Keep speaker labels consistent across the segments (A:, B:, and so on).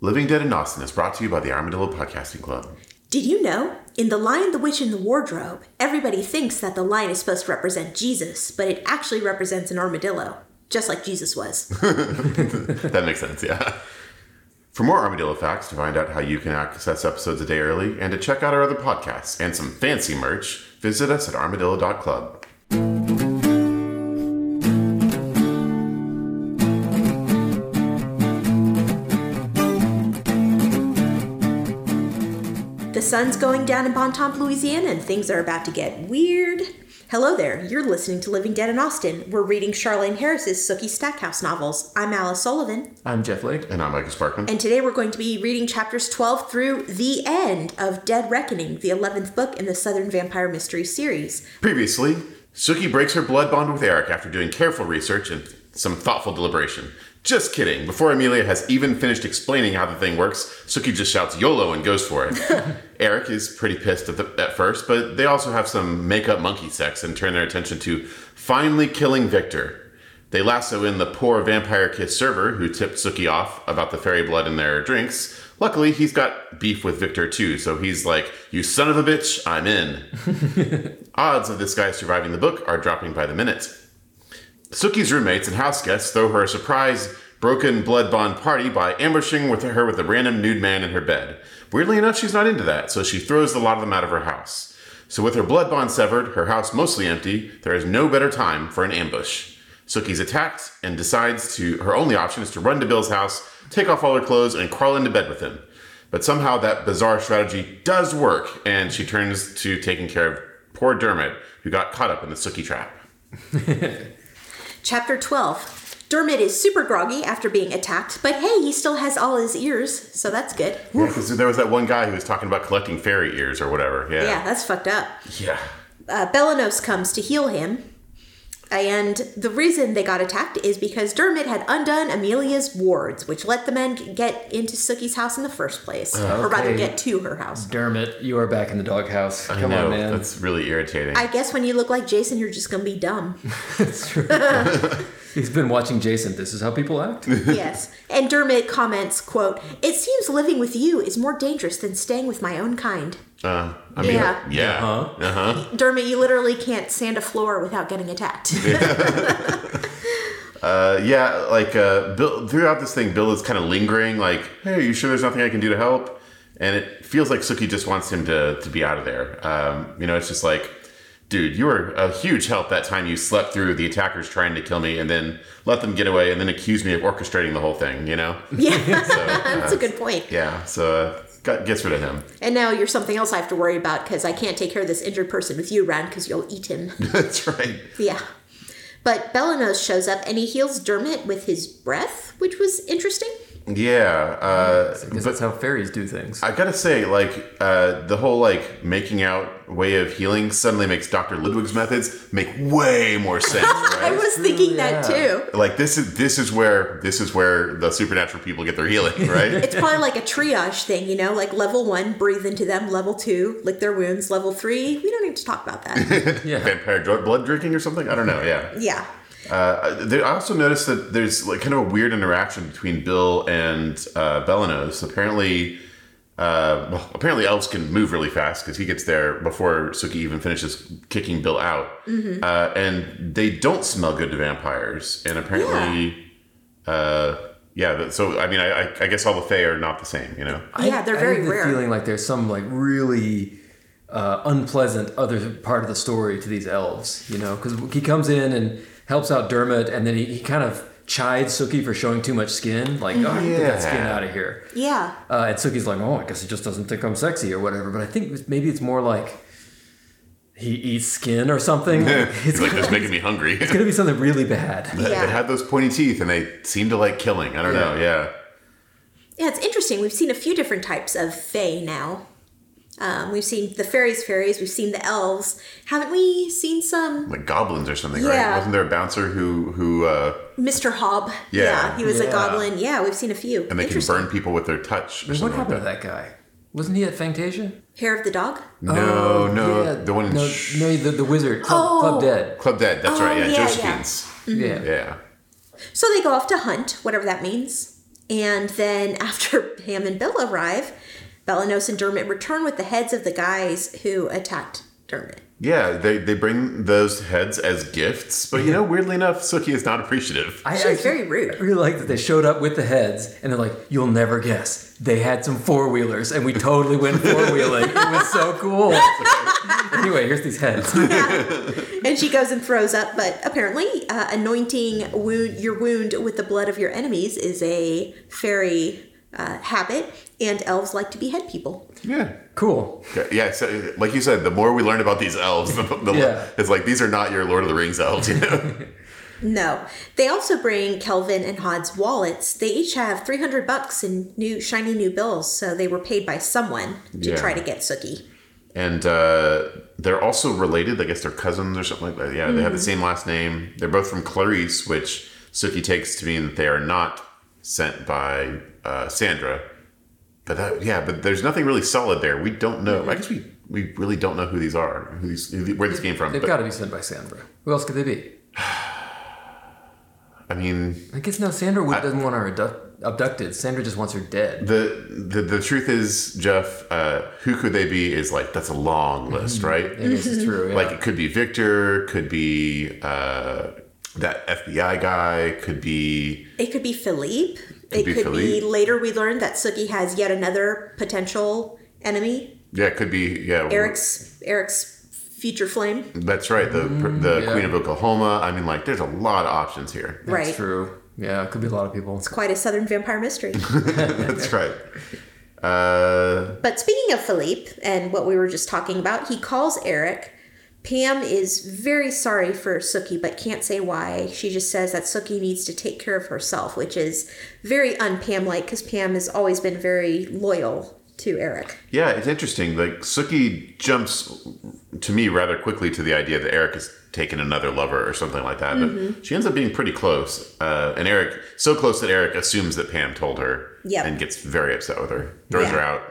A: Living Dead in Austin is brought to you by the Armadillo Podcasting Club.
B: Did you know? In The Lion, the Witch, and the Wardrobe, everybody thinks that the lion is supposed to represent Jesus, but it actually represents an armadillo, just like Jesus was.
A: That makes sense, yeah. For more Armadillo facts, to find out how you can access episodes a day early, and to check out our other podcasts and some fancy merch, visit us at armadillo.club.
B: The sun's going down in Bontemp, Louisiana, and things are about to get weird. Hello there, you're listening to Living Dead in Austin. We're reading Charlene Harris's Sookie Stackhouse novels. I'm Alice Sullivan,
C: I'm Jeff Lake.
A: And I'm Michael Sparkman.
B: and today we're going to be reading chapters 12 through the end of Dead Reckoning, the 11th book in the Southern Vampire Mystery series.
A: Previously, Suki breaks her blood bond with Eric after doing careful research and some thoughtful deliberation. Just kidding. Before Amelia has even finished explaining how the thing works, Suki just shouts YOLO and goes for it. Eric is pretty pissed at, the, at first, but they also have some makeup monkey sex and turn their attention to finally killing Victor. They lasso in the poor vampire kid server who tipped Suki off about the fairy blood in their drinks. Luckily, he's got beef with Victor too, so he's like, You son of a bitch, I'm in. Odds of this guy surviving the book are dropping by the minute. Suki's roommates and house guests throw her a surprise broken blood bond party by ambushing with her with a random nude man in her bed. Weirdly enough, she's not into that, so she throws the lot of them out of her house. So with her blood bond severed, her house mostly empty, there is no better time for an ambush. Suki's attacked and decides to her only option is to run to Bill's house, take off all her clothes, and crawl into bed with him. But somehow that bizarre strategy does work, and she turns to taking care of poor Dermot, who got caught up in the Sookie trap.
B: Chapter 12 Dermot is super groggy after being attacked, but hey, he still has all his ears, so that's good.
A: Yeah, because there was that one guy who was talking about collecting fairy ears or whatever.
B: Yeah,
A: Yeah.
B: that's fucked up.
A: Yeah.
B: uh, Belanos comes to heal him. And the reason they got attacked is because Dermot had undone Amelia's wards, which let the men get into Sookie's house in the first place, or rather
C: Okay.
B: get to her house.
C: Dermot, you are back in the doghouse.
A: I
C: Come
A: know,
C: on, man.
A: That's really irritating.
B: I guess when you look like Jason, you're just gonna be dumb.
C: That's true. He's been watching Jason. This is how people act.
B: yes. And Dermot comments, "quote It seems living with you is more dangerous than staying with my own kind."
A: uh, I mean,
B: Yeah.
A: yeah. Yeah.
C: Huh?
B: Dermot, you literally can't sand a floor without getting attacked.
A: Uh, yeah, like, uh, Bill, throughout this thing, Bill is kind of lingering, like, hey, are you sure there's nothing I can do to help? And it feels like Suki just wants him to, to be out of there. Um, you know, it's just like, dude, you were a huge help that time you slept through the attackers trying to kill me and then let them get away and then accuse me of orchestrating the whole thing, you know?
B: yeah,
A: So, uh,
B: that's a good point.
A: yeah, so uh, got, gets rid of him.
B: And now you're something else I have to worry about because I can't take care of this injured person with you around because you'll eat him.
A: That's right.
B: Yeah. But Belanos shows up and he heals Dermot with his breath, which was interesting.
A: Yeah, uh,
C: Because that's how fairies do things.
A: I gotta say, like uh, the whole like making out way of healing suddenly makes Doctor Ludwig's methods make way more sense.
B: I
A: Right?
B: was thinking that
C: yeah.
B: too.
A: like this is this is where this is where the supernatural people get their healing, right?
B: It's probably like a triage thing, you know, like level one, breathe into them, level two, lick their wounds, level three. We don't need to talk about that.
C: yeah.
A: Vampire dr- blood drinking or something? I don't know. Yeah.
B: yeah.
A: Uh, there, I also noticed that there's like kind of a weird interaction between Bill and uh, Belanos. Apparently, uh, well, apparently elves can move really fast because he gets there before Suki even finishes kicking Bill out, uh, and they don't smell good to vampires. And apparently, yeah. Uh, yeah that- so I mean, I, I, I guess all the Fae are not the same, you know.
B: Yeah, they're
C: I,
B: very
C: I have the
B: rare.
C: feeling like there's some like really uh, unpleasant other part of the story to these elves, you know, because he comes in and helps out Dermot, and then he, he kind of chides Sookie for showing too much skin, like, oh, get that skin
A: Yeah.
C: out of here.
B: Yeah.
C: Uh, and Suki's like, oh, I guess he just doesn't think I'm sexy or whatever. But I think it's- maybe it's more like he eats skin or something. it's
A: He's like,
C: gonna,
A: this is making me hungry.
C: it's gonna be something really bad.
A: They
B: Yeah.
A: have those pointy teeth, and they seem to like killing. I don't know. Yeah.
B: Yeah, it's interesting. We've seen a few different types of fae now. Um, we've seen the fairies, fairies. We've seen the elves. Haven't we seen some
A: like goblins or something, right?
B: Yeah.
A: Wasn't there a bouncer who who uh,
B: Mr. Hob?
A: Yeah.
B: he was a
C: Yeah.
B: goblin. Yeah, we've seen a few.
A: and they can
B: Interesting.
A: burn people with their touch or
C: What
A: something
C: happened
A: like
C: to
A: that?
C: that guy? Wasn't he at Fantasia?
B: Hair of the dog.
A: No,
C: Oh,
A: no,
C: yeah.
A: the one in
C: no,
A: Sh-
C: no, the, the wizard Club,
B: Oh. Mm-hmm.
C: Club Dead.
A: Club Dead. That's
B: Oh,
A: right. Yeah,
B: yeah, yeah.
A: Josephine's.
C: Yeah.
A: Yeah.
B: So they go off to hunt, whatever that means. And then after Pam and Bill arrive, Belanos and Dermot return with the heads of the guys who attacked Dermot.
A: Yeah, they, they bring those heads as gifts, but you know, weirdly enough, Suki is not appreciative.
C: I,
B: She was very rude.
C: I really like that they showed up with the heads and they're like, you'll never guess. They had some four wheelers and we totally went four wheeling. it was so cool. anyway, here's these heads.
B: And she goes and throws up, but apparently, uh, anointing wound, your wound with the blood of your enemies is a fairy uh, habit, and elves like to behead people.
A: Yeah.
C: Cool.
A: Okay, Yeah, so like you said, the more we learn about these elves, the, the
C: Yeah.
A: it's like these are not your Lord of the Rings elves. You know?
B: No. They also bring Kelvin and Hod's wallets. They each have 300 bucks in new shiny new bills, so they were paid by someone to
A: Yeah.
B: try to get Suki.
A: and uh, they're also related. I guess they're cousins or something like that. Yeah, they have the
C: Hmm.
A: same last name. They're both from Clarice, which Suki takes to mean that they are not sent by uh, Sandra. But that, yeah, but there's nothing really solid there. We don't know.
C: Mm-hmm.
A: I guess we, we really don't know who these are, who these, who- where this came from.
C: They've
A: But,
C: got to be sent by Sandra. Who else could they be?
A: I mean,
C: I guess now Sandra would, doesn't want her abduct, abducted. Sandra just wants her dead.
A: the the, the truth is, Jeff, uh, who could they be? Is like that's a long list, right?
C: I guess
B: Mm-hmm.
C: it's true. Mm-hmm. yeah.
A: Like it could be Victor, could be uh, that FBI guy, could be
B: It could be Philippe. It
A: be
B: could be
A: Philippe.
B: later we learned that Suki has yet another potential enemy,
A: yeah, it could be yeah.
B: Eric's Eric's future flame.
A: That's right. The the
C: yeah.
A: Queen of Oklahoma. I mean, like there's a lot of options here.
C: That's
B: right.
C: true. Yeah, it could be a lot of people.
B: Quite a southern vampire mystery.
A: That's right. Uh,
B: But speaking of Philippe and what we were just talking about, he calls Eric. Pam is very sorry for Suki, but can't say why. She just says that Suki needs to take care of herself, which is very un Pam like because Pam has always been very loyal to Eric.
A: yeah, it's interesting. Like Suki jumps to me rather quickly to the idea that Eric has taken another lover or something like that.
B: Mm-hmm.
A: But she ends up being pretty close, uh, and Eric so close that Eric assumes that Pam told her,
B: Yep.
A: and gets very upset with her, throws
B: Yeah.
A: her out,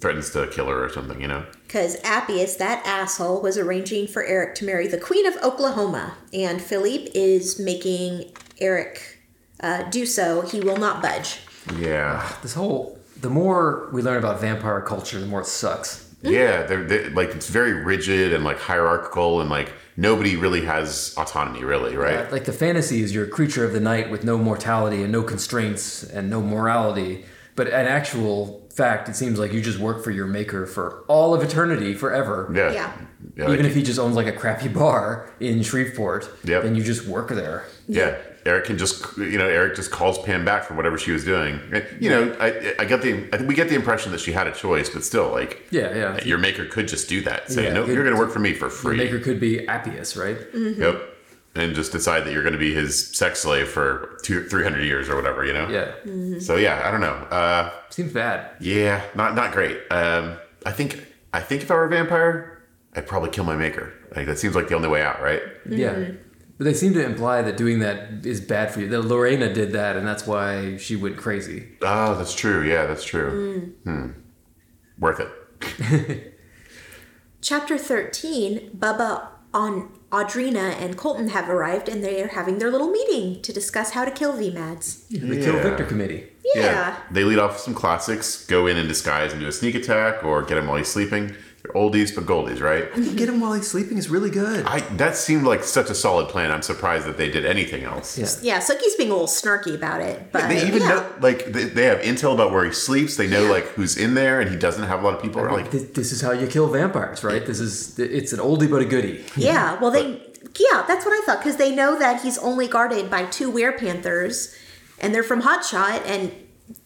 A: threatens to kill her or something. You know.
B: Because Appius, that asshole, was arranging for Eric to marry the Queen of Oklahoma, and Philippe is making Eric uh, do so. He will not budge.
A: Yeah.
C: This whole, the more we learn about vampire culture, the more it sucks.
A: Yeah, they're, they like it's very rigid and like hierarchical, and like nobody really has autonomy, really, right?
C: Uh, Like the fantasy is you're a creature of the night with no mortality and no constraints and no morality. But an actual fact, it seems like you just work for your maker for all of eternity, forever.
A: Yeah.
B: Yeah.
A: Yeah.
C: Even
A: like-
C: if he just owns like a crappy bar in Shreveport,
A: Yep.
C: then you just work there.
A: yeah. Eric can just, you know, Eric just calls Pam back for whatever she was doing. And, You know, I, I get the, I think we get the impression that she had a choice, but still, like,
C: Yeah, yeah.
A: your maker could just do that. Say,
C: Yeah,
A: no,
C: it-
A: you're going to work for me for
C: The
A: free.
C: maker could be Appius, right?
A: Yep. And just decide that you're going to be his sex slave for two, 300 years or whatever, you know?
C: Yeah.
A: So, yeah, I don't know. Uh,
C: Seems bad.
A: yeah, not, not great. Um, I think, I think if I were a vampire, I'd probably kill my maker. Like, that seems like the only way out, right?
C: Yeah. But they seem to imply that doing that is bad for you. That Lorena did that, and that's why she went crazy.
A: Oh, that's true. Yeah, that's true. Hmm. Worth it.
B: Chapter 13 Bubba on Audrina and Colton have arrived and they are having their little meeting to discuss how to kill VMADs.
C: The Kill
A: Yeah.
C: Victor Committee.
B: Yeah.
A: They lead off with some classics, go in in disguise and do a sneak attack or get him while he's sleeping. They're oldies but goldies, right?
C: Get him while he's sleeping is really good.
A: I that seemed like such a solid plan. I'm surprised that they did anything else.
C: Yeah.
B: Yeah, Suki's being a little snarky about it, but
A: They even
B: yeah.
A: know like they, they have intel about where he sleeps. They know like who's in there, and he doesn't have a lot of people. around. like
C: Th- this, is how you kill vampires, right? This is it's an oldie but a goodie.
B: Yeah, well, they. yeah, that's what I thought because they know that he's only guarded by two werpanthers, and they're from Hotshot, and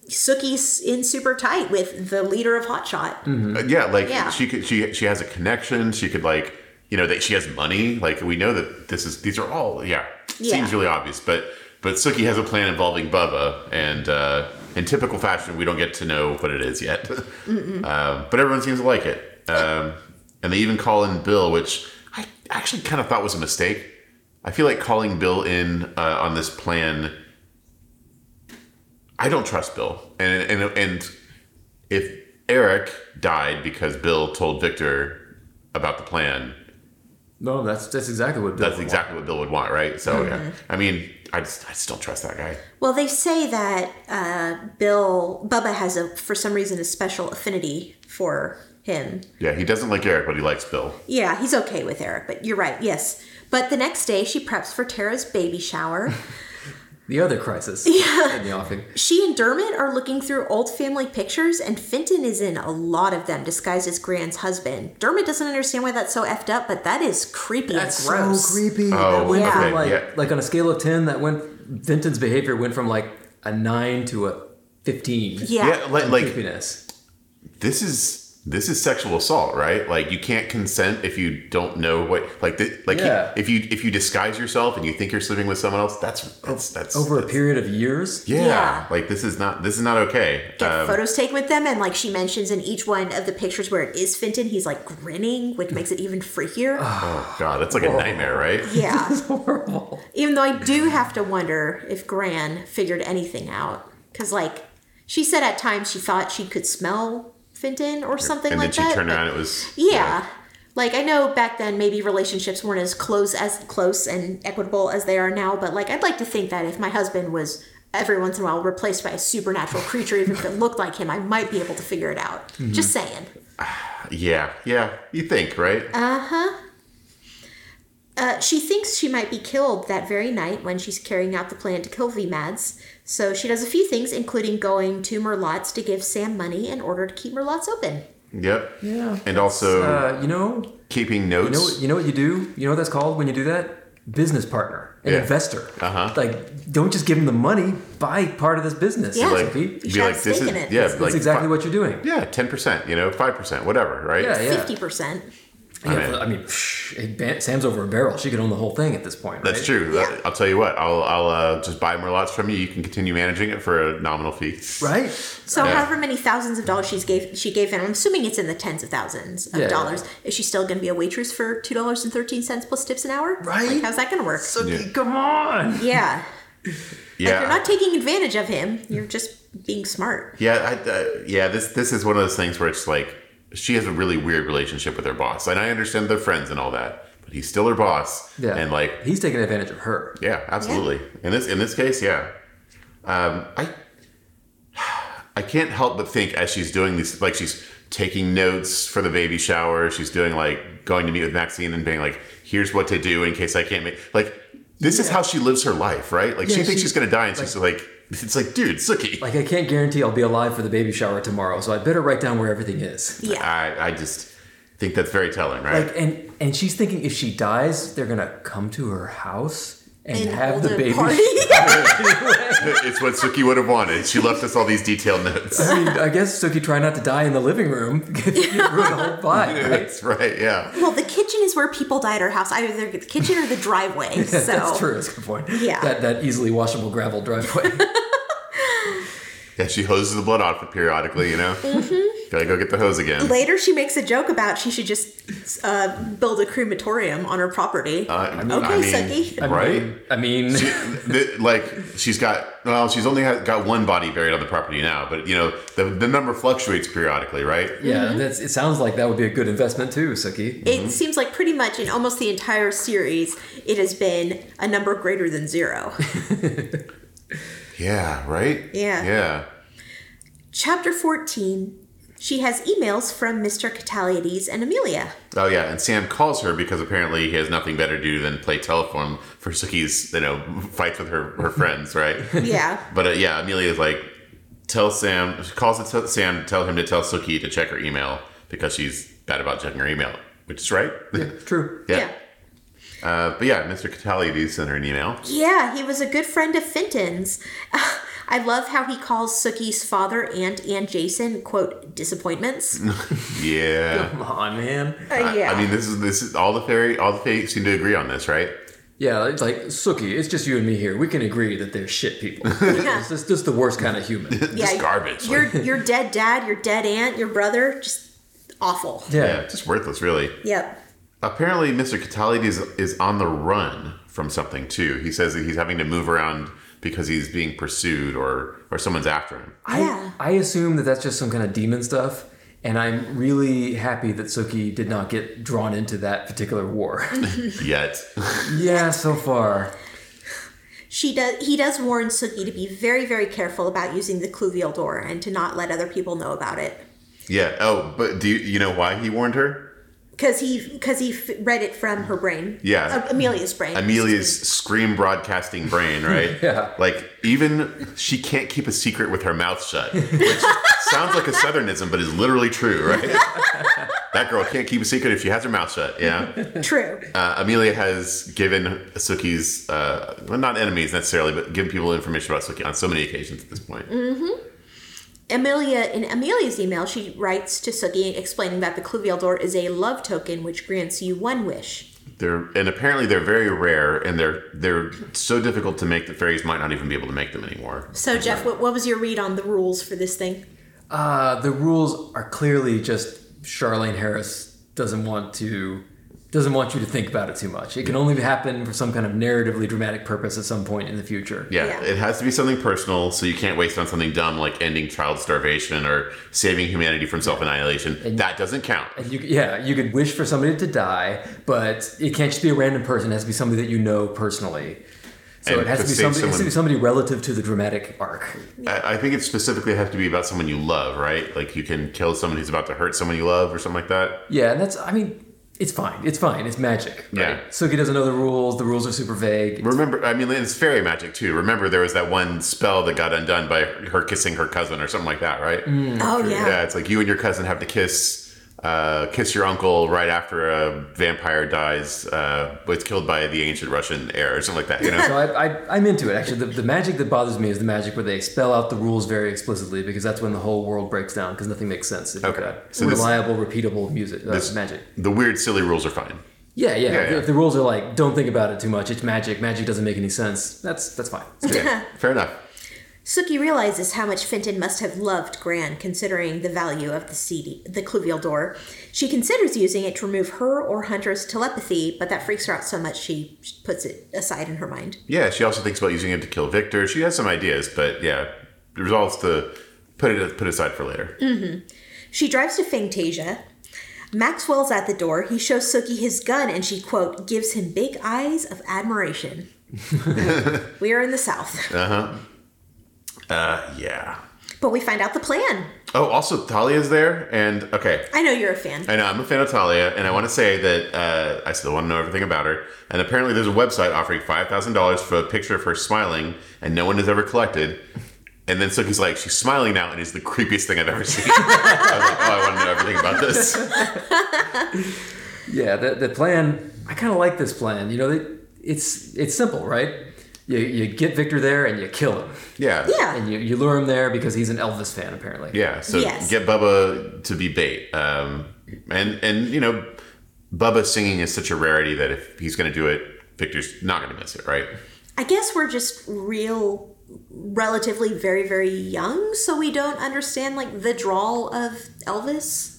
B: Suki's in super tight with the leader of Hotshot.
A: uh, yeah, like
B: Yeah.
A: she could she she has a connection. She could like you know that she has money. Like we know that this is these are all yeah,
B: Yeah.
A: seems really obvious. But but Suki has a plan involving Bubba, and uh, in typical fashion, we don't get to know what it is yet. um, but everyone seems to like it, um, and they even call in Bill, which I actually kind of thought was a mistake. I feel like calling Bill in uh, on this plan. I don't trust Bill, and and and if Eric died because Bill told Victor about the plan,
C: No, that's that's exactly what. Bill
A: That's
C: would
A: exactly what Bill would want, right? So
B: Mm-hmm.
A: yeah, I mean, I just I just don't trust that guy.
B: Well, they say that uh, Bill Bubba has a for some reason a special affinity for him.
A: Yeah, he doesn't like Eric, but he likes Bill.
B: Yeah, he's okay with Eric, but you're right. Yes. But the next day, she preps for Tara's baby shower.
C: want. The other crisis yeah. in the offing.
B: She and Dermot are looking through old family pictures, and Fenton is in a lot of them, disguised as Gran's husband. Dermot doesn't understand why that's so effed up, but that is creepy
C: That's
B: and gross.
C: so creepy.
A: Oh,
C: that went
B: yeah.
C: from
A: okay,
C: like,
A: yeah.
C: like on a scale of ten, that went Vinton's behavior went from like a nine to a fifteen.
B: Yeah.
A: Yeah, like like
C: creepiness.
A: this is this is sexual assault, right? Like you can't consent if you don't know what like thi- like he-
C: Yeah.
A: if you if you disguise yourself and you think you're sleeping with someone else, that's that's that's
C: Over a
A: that's-
C: period of years.
A: Yeah,
B: Yeah.
A: like this is not this is not okay.
B: Get
A: Um,
B: photos taken with them, and like she mentions in each one of the pictures where it is Fenton, he's like grinning, which makes it even freakier.
A: oh god, that's like a nightmare, right?
B: yeah.
C: Horrible.
B: Even though I do have to wonder if Gran figured anything out. Because, like, she said at times she thought she could smell Fenton or something
A: and
B: like
A: then
B: that.
A: she turned around. It was
B: Yeah. Like, I know back then maybe relationships weren't as close as close and equitable as they are now, but, like, I'd like to think that if my husband was every once in a while replaced by a supernatural creature, even if it looked like him, I might be able to figure it out.
A: Mm-hmm.
B: Just saying.
A: yeah, yeah. You think, right?
B: Uh, she thinks she might be killed that very night when she's carrying out the plan to kill VMADS, so she does a few things, including going to Merlot's to give Sam money in order to keep Merlot's open.
A: yep.
C: Yeah.
A: And also
C: Uh, you know,
A: keeping
C: You know,
A: notes.
C: you know what you do? You know what that's called when you do that? Business partner, an
A: Yeah.
C: investor.
A: Uh-huh.
C: Like, don't just give them the money. Buy part of this business.
B: Yeah.
A: like
C: Sophie.
B: You
A: be
B: should
A: like
B: have
A: this
B: stake
A: is
B: in it.
A: yeah, like
B: That's-
C: that's exactly
A: fi-
C: what you're doing.
A: yeah, ten percent, you know, five percent, whatever, right?
C: Oh, Yeah, yeah.
B: 50%.
A: I mean-
C: Yeah, I mean, psh, it ban- Sam's over a barrel. She could own the whole thing at this point.
A: That's
C: right?
A: true.
B: Yeah.
A: I'll tell you what. I'll I'll uh, just buy more lots from you. You can continue managing it for a nominal fee.
C: Right?
B: So
A: Yeah.
B: however many thousands of dollars she's gave she gave him, I'm assuming it's in the tens of thousands of
C: Yeah.
B: dollars. Is she still gonna be a waitress for two dollars and thirteen cents plus tips an hour?
C: Right.
B: Like, how's that gonna work?
C: So
A: Yeah.
C: come on.
B: yeah. Like
A: Yeah,
B: you're not taking advantage of him. You're just being smart.
A: yeah, I, uh, yeah. This this is one of those things where it's like she has a really weird relationship with her boss, and I understand they're friends and all that, but he's still her boss.
C: Yeah.
A: and like
C: he's taking advantage of her.
A: Yeah, absolutely. In this in this case, yeah. Um, I I can't help but think as she's doing these, like she's taking notes for the baby shower. She's doing like going to meet with Maxine and being like, "Here's what to do in case I can't make." Like this is how she lives her life, right? Like she
C: Yeah,
A: thinks
C: she-
A: she's gonna die, and she's like, "It's like, dude, Suki."
C: Like, I can't guarantee I'll be alive for the baby shower tomorrow, so I better write down where everything is.
B: Yeah.
A: I I just think that's very telling, right?
C: Like, and and she's thinking if she dies, they're gonna come to her house and, have the
B: hold a
C: baby.
A: it's what Suki would have wanted. She left us all these detailed notes.
C: I mean, I guess Sookie try not to die in the living room. you ruin the whole vibe, right?
A: That's right. Yeah.
B: Well, the kitchen is where people die at her house, either the kitchen or the driveway. so
C: That's true. That's a good point.
B: Yeah.
C: That that easily washable gravel driveway.
A: Yeah. She hoses the blood off periodically. You know.
C: Mm-hmm.
A: Gotta go get the hose again.
B: Later, she makes a joke about she should just uh, build a crematorium on her property.
A: I-
B: okay, Suki.
C: I mean-
A: Right?
C: I mean,
A: The- like she's got well, she's only ha got one body buried on the property now, but you know the the number fluctuates periodically, right?
C: yeah.
B: Mm-hmm.
C: That's, it sounds like that would be a good investment too, Sookie.
B: It seems like pretty much in almost the entire series, it has been a number greater than zero.
A: Yeah, right.
B: Yeah.
A: yeah.
B: Chapter 14. She has emails from Mr. Cataliades and Amelia.
A: Oh yeah, and Sam calls her because apparently he has nothing better to do than play telephone for Suki's you know fights with her her friends, right?
B: Yeah.
A: but uh, yeah, Amelia's like tell Sam she calls it to Sam to tell him to tell Suki to check her email because she's bad about checking her email, which is right. Yeah.
C: True.
B: yeah.
A: Uh, but yeah, Mr. Cataldi sent her an email.
B: Yeah, he was a good friend of Fenton's. I love how he calls Suki's father, Aunt, and Jason, quote, disappointments.
A: Yeah.
C: Come on, man.
B: Uh, yeah.
A: I mean, this is this is all the fairy, all the fae seem to agree on this, right?
C: Yeah, it's like Sookie. It's just you and me here. We can agree that they're shit people. It's just, just the worst kind of human. Yeah.
A: just garbage.
B: Your
A: like-
B: your dead dad, your dead aunt, your brother, just awful.
A: yeah, just worthless, really.
B: Yep.
A: Apparently, Mr. Cataldi is, is on the run from something too. He says that he's having to move around because he's being pursued or or someone's after him.
C: I,
B: Yeah.
C: I assume that that's just some kind of demon stuff. And I'm really happy that Suki did not get drawn into that particular war.
A: Yet.
C: yeah, so far.
B: She does. He does warn Suki to be very, very careful about using the cluvial door and to not let other people know about it.
A: yeah. Oh, but do you, you know why he warned her?
B: Because he, because he f- read it from her brain.
A: Yeah.
B: Uh, Amelia's brain.
A: Amelia's scream broadcasting brain, right?
C: Yeah.
A: Like even she can't keep a secret with her mouth shut, which sounds like a southernism, but is literally true, right? that girl can't keep a secret if she has her mouth shut. Yeah.
B: True.
A: Uh, Amelia has given Suki's, uh, well, not enemies necessarily, but given people information about Suki on so many occasions at this point.
B: Amelia, in Amelia's email, she writes to Suki explaining that the cluvial door is a love token which grants you one wish.
A: They're and apparently they're very rare, and they're they're so difficult to make that fairies might not even be able to make them anymore.
B: So, Jeff, what, what was your read on the rules for this thing?
C: Uh, the rules are clearly just Charlene Harris doesn't want to doesn't want you to think about it too much. It can only happen for some kind of narratively dramatic purpose at some point in the future.
A: Yeah,
B: Yeah.
A: it has to be something personal, so you can't waste on something dumb like ending child starvation or saving humanity from self annihilation. That doesn't count.
C: You, yeah, you could wish for somebody to die, but it can't just be a random person. It has to be somebody that you know personally. So
A: And
C: it has
A: to
C: to be
A: save
C: somebody. It has to
A: someone-
C: be somebody relative to the dramatic arc.
A: I, I think it specifically has to be about someone you love, right? Like you can kill someone who's about to hurt someone you love or something like that.
C: Yeah, and that's. I mean, it's fine. It's fine. It's magic.
A: Yeah.
C: Right? Suki doesn't know the rules. The rules are super vague.
A: Remember, I mean, it's fairy magic too. Remember, there was that one spell that got undone by her kissing her cousin or something like that, right?
B: oh, yeah.
A: Mm-hmm. Yeah, it's like you and your cousin have to kiss, uh, kiss your uncle right after a vampire dies, uh, was killed by the ancient Russian heir or something like that. You know,
C: So I, I, I'm into it. Actually, the, the magic that bothers me is the magic where they spell out the rules very explicitly because that's when the whole world breaks down because nothing makes sense. If you've
A: Okay.
C: got
A: So this-
C: reliable, repeatable music, uh,
A: this-
C: magic.
A: the weird, silly rules are fine.
C: Yeah, yeah.
A: Yeah,
C: if,
A: yeah.
C: if the rules are like, don't think about it too much. It's magic. Magic doesn't make any sense. That's that's fine.
A: Okay, fair enough.
B: Suki realizes how much Fenton must have loved Gran, considering the value of the CD, the cluvial door. She considers using it to remove her or Hunter's telepathy, but that freaks her out so much she puts it aside in her mind.
A: Yeah, she also thinks about using it to kill Victor. She has some ideas, but yeah, resolves to put it put aside for later.
B: She drives to Fantasia. Maxwell's at the door. He shows Suki his gun and she, quote, gives him big eyes of admiration. we are in the South.
A: Uh, yeah.
B: But we find out the plan.
A: Oh, also Talia's there, and okay,
B: I know you're a fan.
A: I know I'm a fan of Talia, and I want to say that uh, I still want to know everything about her. And apparently, there's a website offering five thousand dollars for a picture of her smiling, and no one has ever collected. And then Suki's like, she's smiling now, and it's the creepiest thing I've ever seen. I was like, oh, I want to know everything about this.
C: Yeah, the, the plan. I kind of like this plan. You know, they, it's it's simple, right? You, you get Victor there and you kill him,
A: Yeah.
B: yeah.
C: and you, you lure him there because he's an Elvis fan apparently.
A: Yeah, so
B: Yes.
A: get Bubba to be bait. Um, and and you know, Bubba singing is such a rarity that if he's going to do it, Victor's not going to miss it, right?
B: I guess we're just real, relatively very, very young, so we don't understand like the drawl of Elvis.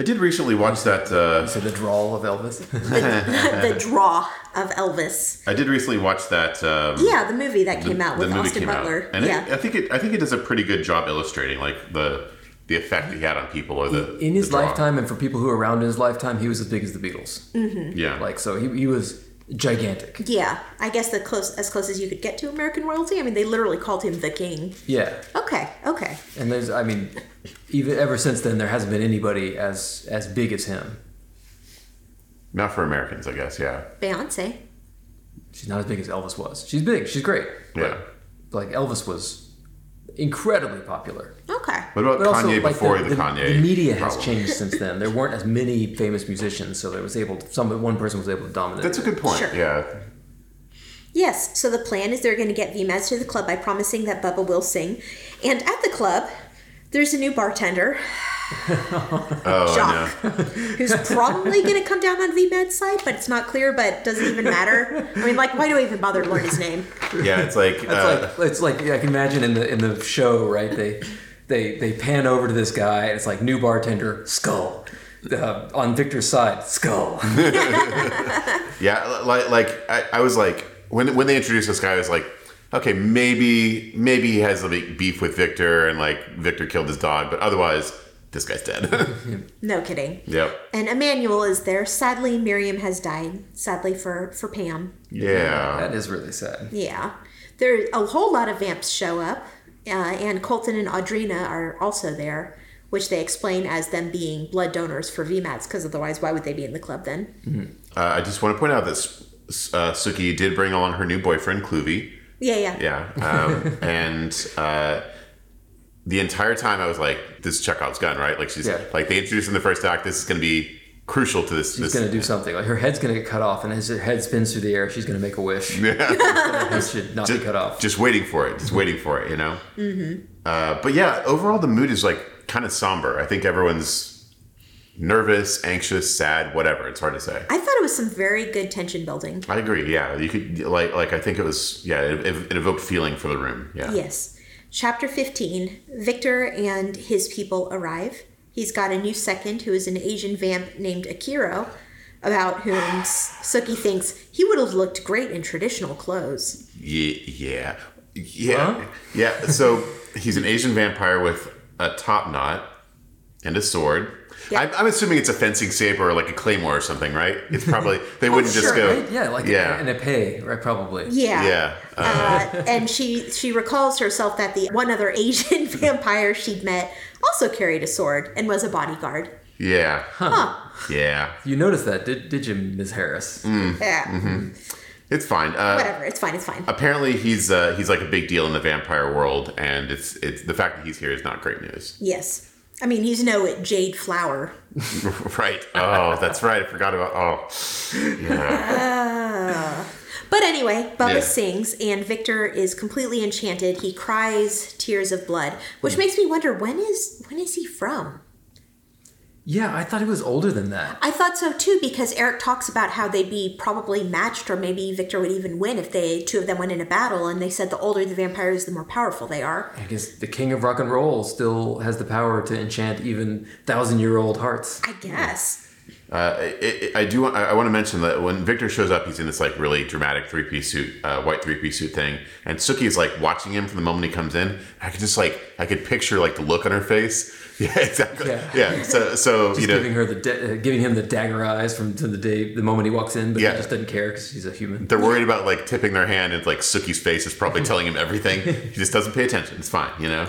A: I did recently watch that. Uh,
C: So the drawl of Elvis.
B: the draw of Elvis.
A: I did recently watch that. Um,
B: Yeah, the movie that came out
A: the
B: with
A: movie
B: Austin
A: came
B: Butler.
A: out, and
B: yeah.
A: it, I think it. I think it does a pretty good job illustrating like the the effect that he had on people or the
C: in his
A: the draw.
C: lifetime, and for people who were around in his lifetime, he was as big as the Beatles.
A: Yeah,
C: Like so, he, he was gigantic.
B: Yeah, I guess the close as close as you could get to American royalty. I mean, they literally called him the king.
C: Yeah,
B: Okay, okay.
C: and there's I mean, even ever since then, there hasn't been anybody as as big as him.
A: not for Americans, I guess. Yeah,
B: Beyonce.
C: She's not as big as Elvis was. She's big. She's great.
A: yeah.
C: Like Elvis was incredibly popular.
B: Okay.
A: What about
C: But also,
A: Kanye
C: like
A: before
C: the,
A: the,
C: the-
A: Kanye?
C: the media has
A: problem?
C: changed since then. There weren't as many famous musicians, so there was able to, some one person was able to dominate.
A: That's a good point.
B: Sure.
A: Yeah,
B: Yes, so the plan is they're going to get VMAs to the club by promising that Bubba will sing. And at the club, there's a new bartender.
A: Oh,
B: Jacques, who's probably going to come down on VMAD's side, but it's not clear, but doesn't even matter. I mean, like, why do I even bother to learn his name?
A: no. yeah. It's like, uh,
C: It's like it's like I can imagine in the in the show, right? They they they pan over to this guy, and it's like new bartender skull. Uh, on Victor's side, skull.
A: Yeah, like like I, I was like when when they introduced this guy, I was like, okay, maybe maybe he has a big beef with Victor and like Victor killed his dog, but otherwise this guy's dead.
B: No kidding.
A: yep.
B: And Emmanuel is there. Sadly, Miriam has died. Sadly for for Pam.
A: Yeah.
C: That is really sad.
B: Yeah. There a whole lot of vamps show up, uh, and Colton and Audrina are also there, which they explain as them being blood donors for VMATs, because otherwise, why would they be in the club then?
A: Uh, I just want to point out that S- uh, Suki did bring along her new boyfriend, Kluvi.
B: Yeah, yeah.
A: Yeah. Um, and uh, the entire time I was like, this is Chekhov's gun, right? Like she's
C: Yeah.
A: like they introduced in the first act, this is gonna be crucial to this
C: She's
A: this
C: gonna do something. Like her head's gonna get cut off, and as her head spins through the air, she's gonna make a wish. her head should not be cut off.
A: just waiting for it, just waiting for it, you know? Mm-hmm. Uh, but yeah, overall the mood is like kind of somber. I think everyone's nervous, anxious, sad, whatever. It's hard to say.
B: I thought it was some very good tension building.
A: I agree. Yeah, you could like like I think it was yeah it, it evoked feeling for the room. Yeah.
B: Yes. Chapter 15 Victor and his people arrive. He's got a new second who is an Asian vamp named Akiro, about whom S- Suki thinks he would have looked great in traditional clothes.
A: Ye- yeah. Yeah.
C: Huh?
A: Yeah. So he's an Asian vampire with a top knot and a sword.
B: Yeah.
A: I'm, I'm assuming it's a fencing saber or like a claymore or something, right? It's probably they wouldn't just
B: sure,
A: go.
B: right?
C: Yeah, like
A: Yeah.
C: and a pay, right? Probably.
B: Yeah.
A: Yeah. Uh,
B: Uh, and she she recalls herself that the one other Asian vampire she'd met also carried a sword and was a bodyguard.
A: yeah.
B: Huh.
A: Yeah.
C: You noticed that, did, did you, Ms. Harris?
A: Mm.
B: Yeah.
A: It's fine. Uh,
B: Whatever. It's fine. It's fine.
A: apparently he's uh, he's like a big deal in the vampire world, and it's it's the fact that he's here is not great news,
B: Yes. I mean, he's no Jade Flower.
A: right? Oh, that's right. I forgot about. Oh, yeah.
B: But anyway, Bubba
A: Yeah.
B: sings, and Victor is completely enchanted. He cries tears of blood, which makes me wonder when is when is he from?
C: Yeah, I thought he was older than that.
B: I thought so too because Eric talks about how they'd be probably matched, or maybe Victor would even win if they two of them went in a battle. And they said the older the vampire is, the more powerful they are.
C: I guess the king of rock and roll still has the power to enchant even thousand year old hearts.
B: I guess.
A: Uh, it, it, I do. I, I want to mention that when Victor shows up, he's in this like really dramatic three piece suit, uh, white three piece suit thing, and Suki is like watching him from the moment he comes in. I could just like I could picture like the look on her face. Yeah, exactly.
C: Yeah.
A: Yeah. so so you
C: Just
A: know.
C: giving her the da- uh, giving him the dagger eyes from to the day the moment he walks in, but
A: Yeah.
C: he just doesn't care because he's a human.
A: they're worried about like tipping their hand, and like Suki's face is probably telling him everything. He just doesn't pay attention. It's fine, you know.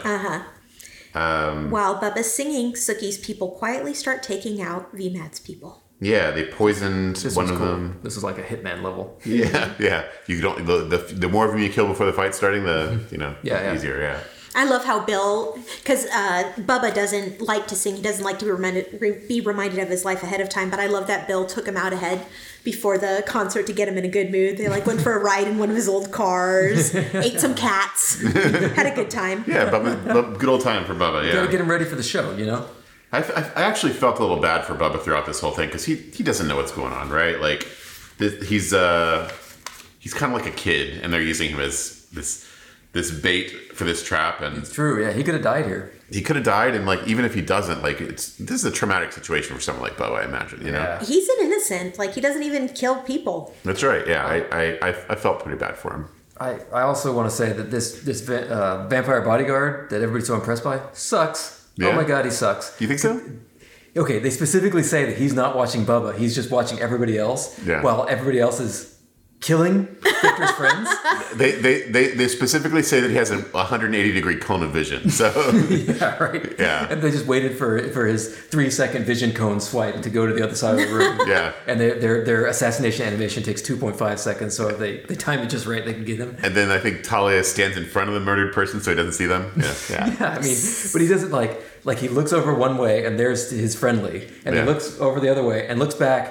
B: While Bubba's singing, Suki's people quietly start taking out VMAT's people.
A: Yeah, they poisoned
C: This
A: one
C: was
A: of
C: cool.
A: them.
C: This was like a hitman level.
A: Yeah, yeah. You don't the, the the more of them you kill before the fight starting, the you know
C: Yeah, yeah.
A: easier. Yeah.
B: I love how Bill, because uh, Bubba doesn't like to sing. He doesn't like to be reminded re- be reminded of his life ahead of time. But I love that Bill took him out ahead before the concert to get him in a good mood. They like went for a ride in one of his old cars, ate some cats, had a good time.
A: Yeah, Bubba, Bub- good old time for Bubba. Yeah,
C: Gotta get him ready for the show, you know.
A: I, I, I actually felt a little bad for Bubba throughout this whole thing because he he doesn't know what's going on, right? Like, th- he's uh he's kind of like a kid, and they're using him as this this bait for this trap, and
C: True. Yeah, he could have died here.
A: he could have died. And like, even if he doesn't, like, it's this is a traumatic situation for someone like Bubba, I imagine. You know,
C: Yeah.
B: He's an innocent. Like he doesn't even kill people.
A: that's right. Yeah, I, I I I felt pretty bad for him.
C: I, I also want to say that this this va- uh, vampire bodyguard that everybody's so impressed by sucks.
A: Yeah.
C: Oh my god, he sucks.
A: Do you think so?
C: Okay, they specifically say that he's not watching Bubba; he's just watching everybody else.
A: Yeah.
C: While everybody else is killing Victor's friends.
A: They, they, they, they specifically say that he has a 180 degree cone of vision. So,
C: Yeah, right.
A: Yeah.
C: And they just waited for for his three second vision cone swipe to go to the other side of the room.
A: yeah.
C: And their, their their assassination animation takes two point five seconds, so if they they time it just right, they can get him.
A: And then I think Talia stands in front of the murdered person so he doesn't see them. Yeah. Yeah.
C: Yeah, I mean, but he doesn't like like he looks over one way and there's his friendly, and
A: Yeah.
C: he looks over the other way and looks back,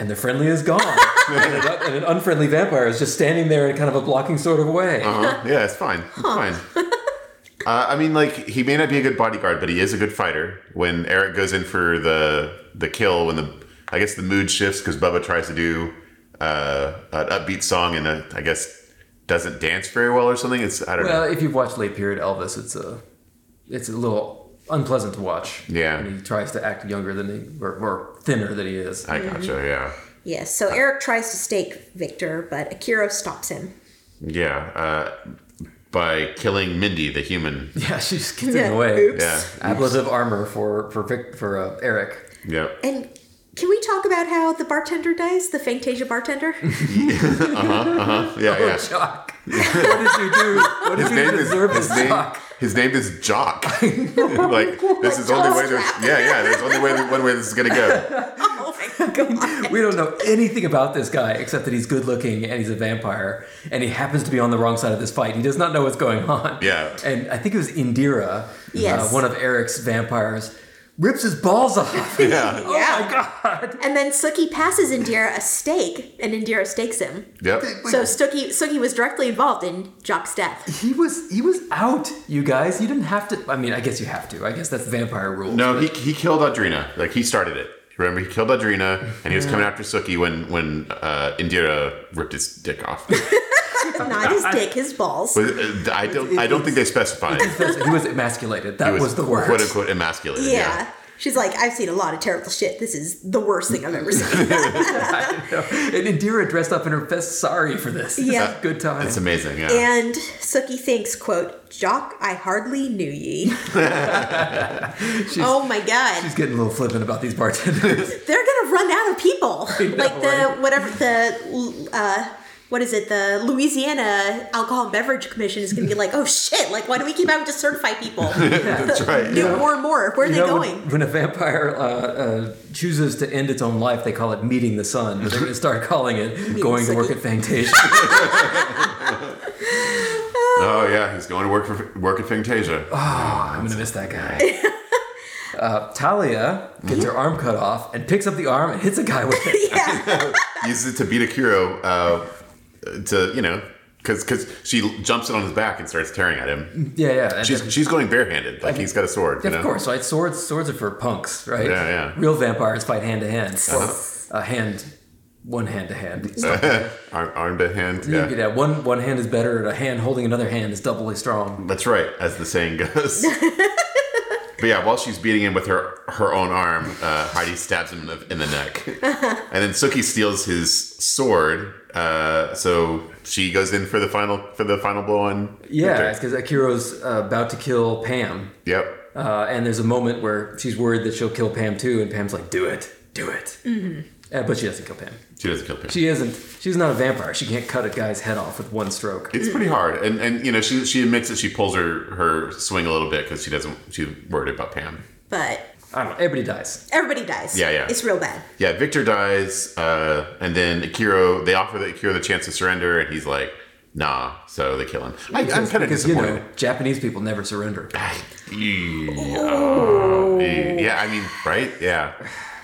C: and the friendly is gone, and, an, and an unfriendly vampire is just standing there in kind of a blocking sort of way.
A: Uh-huh. Yeah, it's fine. It's fine. Uh, I mean, like, he may not be a good bodyguard, but he is a good fighter. When Eric goes in for the the kill, when the, I guess the mood shifts because Bubba tries to do uh, an upbeat song and uh, I guess doesn't dance very well or something. It's, I don't know.
C: Well, if you've watched late period Elvis, it's a it's a little unpleasant to watch.
A: Yeah.
C: when he tries to act younger than he or, or thinner than he is.
A: I gotcha. Yeah.
B: Yes. So Eric tries to stake Victor, but Akiro stops him.
A: Yeah, uh, by killing Mindy, the human.
C: Yeah, she just gets in
B: Yeah,
C: the way.
B: oops.
A: Yeah.
C: Ablative armor for for Vic, for uh, Eric.
A: Yeah.
B: And can we talk about how the bartender dies? The Fantasia bartender?
A: Yeah. Yeah.
C: Jock. what did you do? What did
A: His
C: you
A: name is
C: deserve
A: his
C: this
A: name,
C: jock?
A: his name is Jock. like this is only way there's yeah yeah there's only way one way this is gonna go.
B: oh my god.
C: We don't know anything about this guy except that he's good looking and he's a vampire and he happens to be on the wrong side of this fight. He does not know what's going on.
A: Yeah.
C: And I think it was Indira, uh,
B: Yes.
C: one of Eric's vampires, rips his balls off. yeah.
A: Yeah.
C: Oh my god.
B: And then Sookie passes Indira a steak, and Indira stakes him.
A: Yep.
B: So Sookie, Sookie was directly involved in Jock's death.
C: He was he was out, you guys. You didn't have to I mean, I guess you have to. I guess that's vampire rules.
A: No, he he killed Audrina. Like he started it. Remember, he killed Audrina, and he was coming after Suki when when uh, Indira ripped his dick off.
B: Not his dick, his balls.
A: Was it- uh, I don't I don't think they specified.
C: he was emasculated. That
A: It
C: was, the word.
A: quote unquote emasculated.
B: Yeah. She's like, I've seen a lot of terrible shit. This is the worst thing I've ever seen.
C: And Indira dressed up in her best sari for this.
B: Yeah.
C: It's a good time.
A: It's amazing. Yeah.
B: and Sookie thinks, quote, Jock, I hardly knew ye. oh my god.
C: She's getting a little flippant about these bartenders.
B: they're gonna run out of people.
C: know,
B: like the
C: right?
B: whatever the uh, what is it? The Louisiana Alcohol and Beverage Commission is gonna be like, oh shit! Like, why do we keep having to certify people?
A: That's right.
B: Do more and more. Where are they
C: You know, when-
B: going?
C: When, a vampire uh, uh, chooses to end its own life, they call it meeting the sun. They're going to start calling it going to work
B: Sookie.
C: at Fantasia.
A: Oh yeah, he's going to work for work at Fantasia.
C: I'm going to miss that guy. Uh, Talia gets her arm cut off and picks up the arm and hits a guy with it.
B: yeah,
A: uses it to beat Akiro uh, to you know because because she jumps it on his back and starts tearing at him.
C: Yeah, yeah. and-
A: She's she's going barehanded like he's got a sword. You
C: of
A: know?
C: course, right? Swords, swords are for punks, right?
A: Yeah, yeah. Uh-huh.
C: Real vampires fight hand to hand. Well, uh, hand, one hand to hand.
A: Arm, arm to hand.
C: You
A: Uh, Yeah.
C: could have one one hand is better, and a hand holding another hand is doubly strong.
A: That's right, as the saying goes. but yeah, while she's beating him with her her own arm, uh, Heidi stabs him in the, in the neck, and then Suki steals his sword. Uh, so she goes in for the final for the final blow on.
C: Yeah,
A: Victor.
C: because Akira's uh, about to kill Pam,
A: Yep.
C: uh, and there's a moment where she's worried that she'll kill Pam too, and Pam's like, "Do it, do it," uh, but she doesn't kill Pam.
A: She doesn't kill Pam.
C: She isn't. She's not a vampire. She can't cut a guy's head off with one stroke.
A: It's pretty hard, and and you know she she admits that she pulls her her swing a little bit because she doesn't she's worried about Pam.
B: but
C: I don't know. Everybody dies.
B: everybody dies.
A: Yeah, yeah.
B: It's real bad.
A: Yeah, Victor dies, uh, and then Akiro they offer the, Akiro the chance to surrender, and he's like, nah. So they kill him. I, I'm kind of
C: Because you
A: disappointed.
C: know, Japanese people never surrender. Oh.
A: Yeah, eh, yeah, I mean, right? Yeah,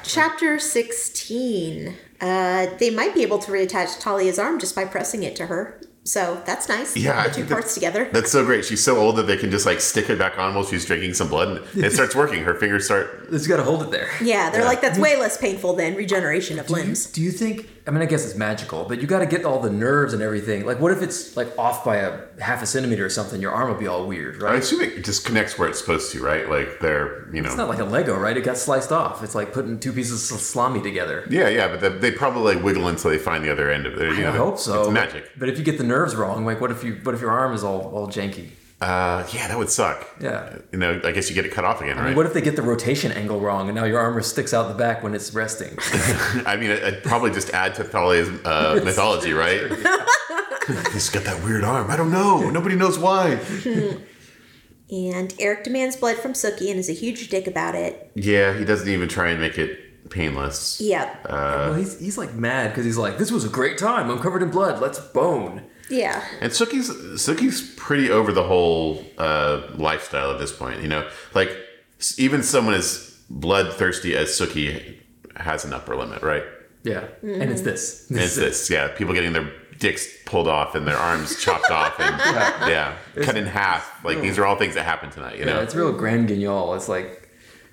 B: Chapter sixteen. Uh, they might be able to reattach Talia's arm just by pressing it to her. So that's nice.
A: Yeah, I
B: the two
A: think that-
B: parts together.
A: that's so great. She's so old that they can just like stick it back on while she's drinking some blood, and it starts working. Her fingers start.
C: Just got to hold it there.
B: yeah, they're like that's way less painful than regeneration of
C: Do you,
B: limbs.
C: do you think? I mean, I guess it's magical, but you got to get all the nerves and everything. Like, what if it's like off by a half a centimeter or something? Your arm will be all weird, right?
A: I assume it just connects where it's supposed to, right? Like they're you know.
C: It's not like a Lego, right? It got sliced off. It's like putting two pieces of salami together.
A: Yeah, yeah, but they, they probably like wiggle until they find the other end of it. You know,
C: I hope so.
A: It's magic.
C: But if you get the nerves wrong, like what if you what if your arm is all all janky?
A: Uh, yeah, that would suck.
C: Yeah.
A: You know, I guess you get it cut off again, right? I mean,
C: What if they get the rotation angle wrong and now your arm sticks out the back when it's resting?
A: it, it'd probably just add to Thalia's uh, mythology, right? He's got that weird arm. I don't know. Nobody knows why.
B: And Eric demands blood from Sookie and is a huge dick about it.
A: Yeah, he doesn't even try and make it painless.
B: Yep.
A: Uh.
C: well, he's he's like mad because he's like, this was a great time. I'm covered in blood. Let's bone.
B: yeah.
A: And Suki's Suki's pretty over the whole uh, lifestyle at this point. You know, like s- even someone as bloodthirsty as Suki has an upper limit, right?
C: Yeah, and it's this.
A: And It's this, yeah. People getting their dicks pulled off and their arms chopped off and yeah, cut in half. Like these are all things that happen tonight, you know.
C: Yeah, it's real grand guignol. It's like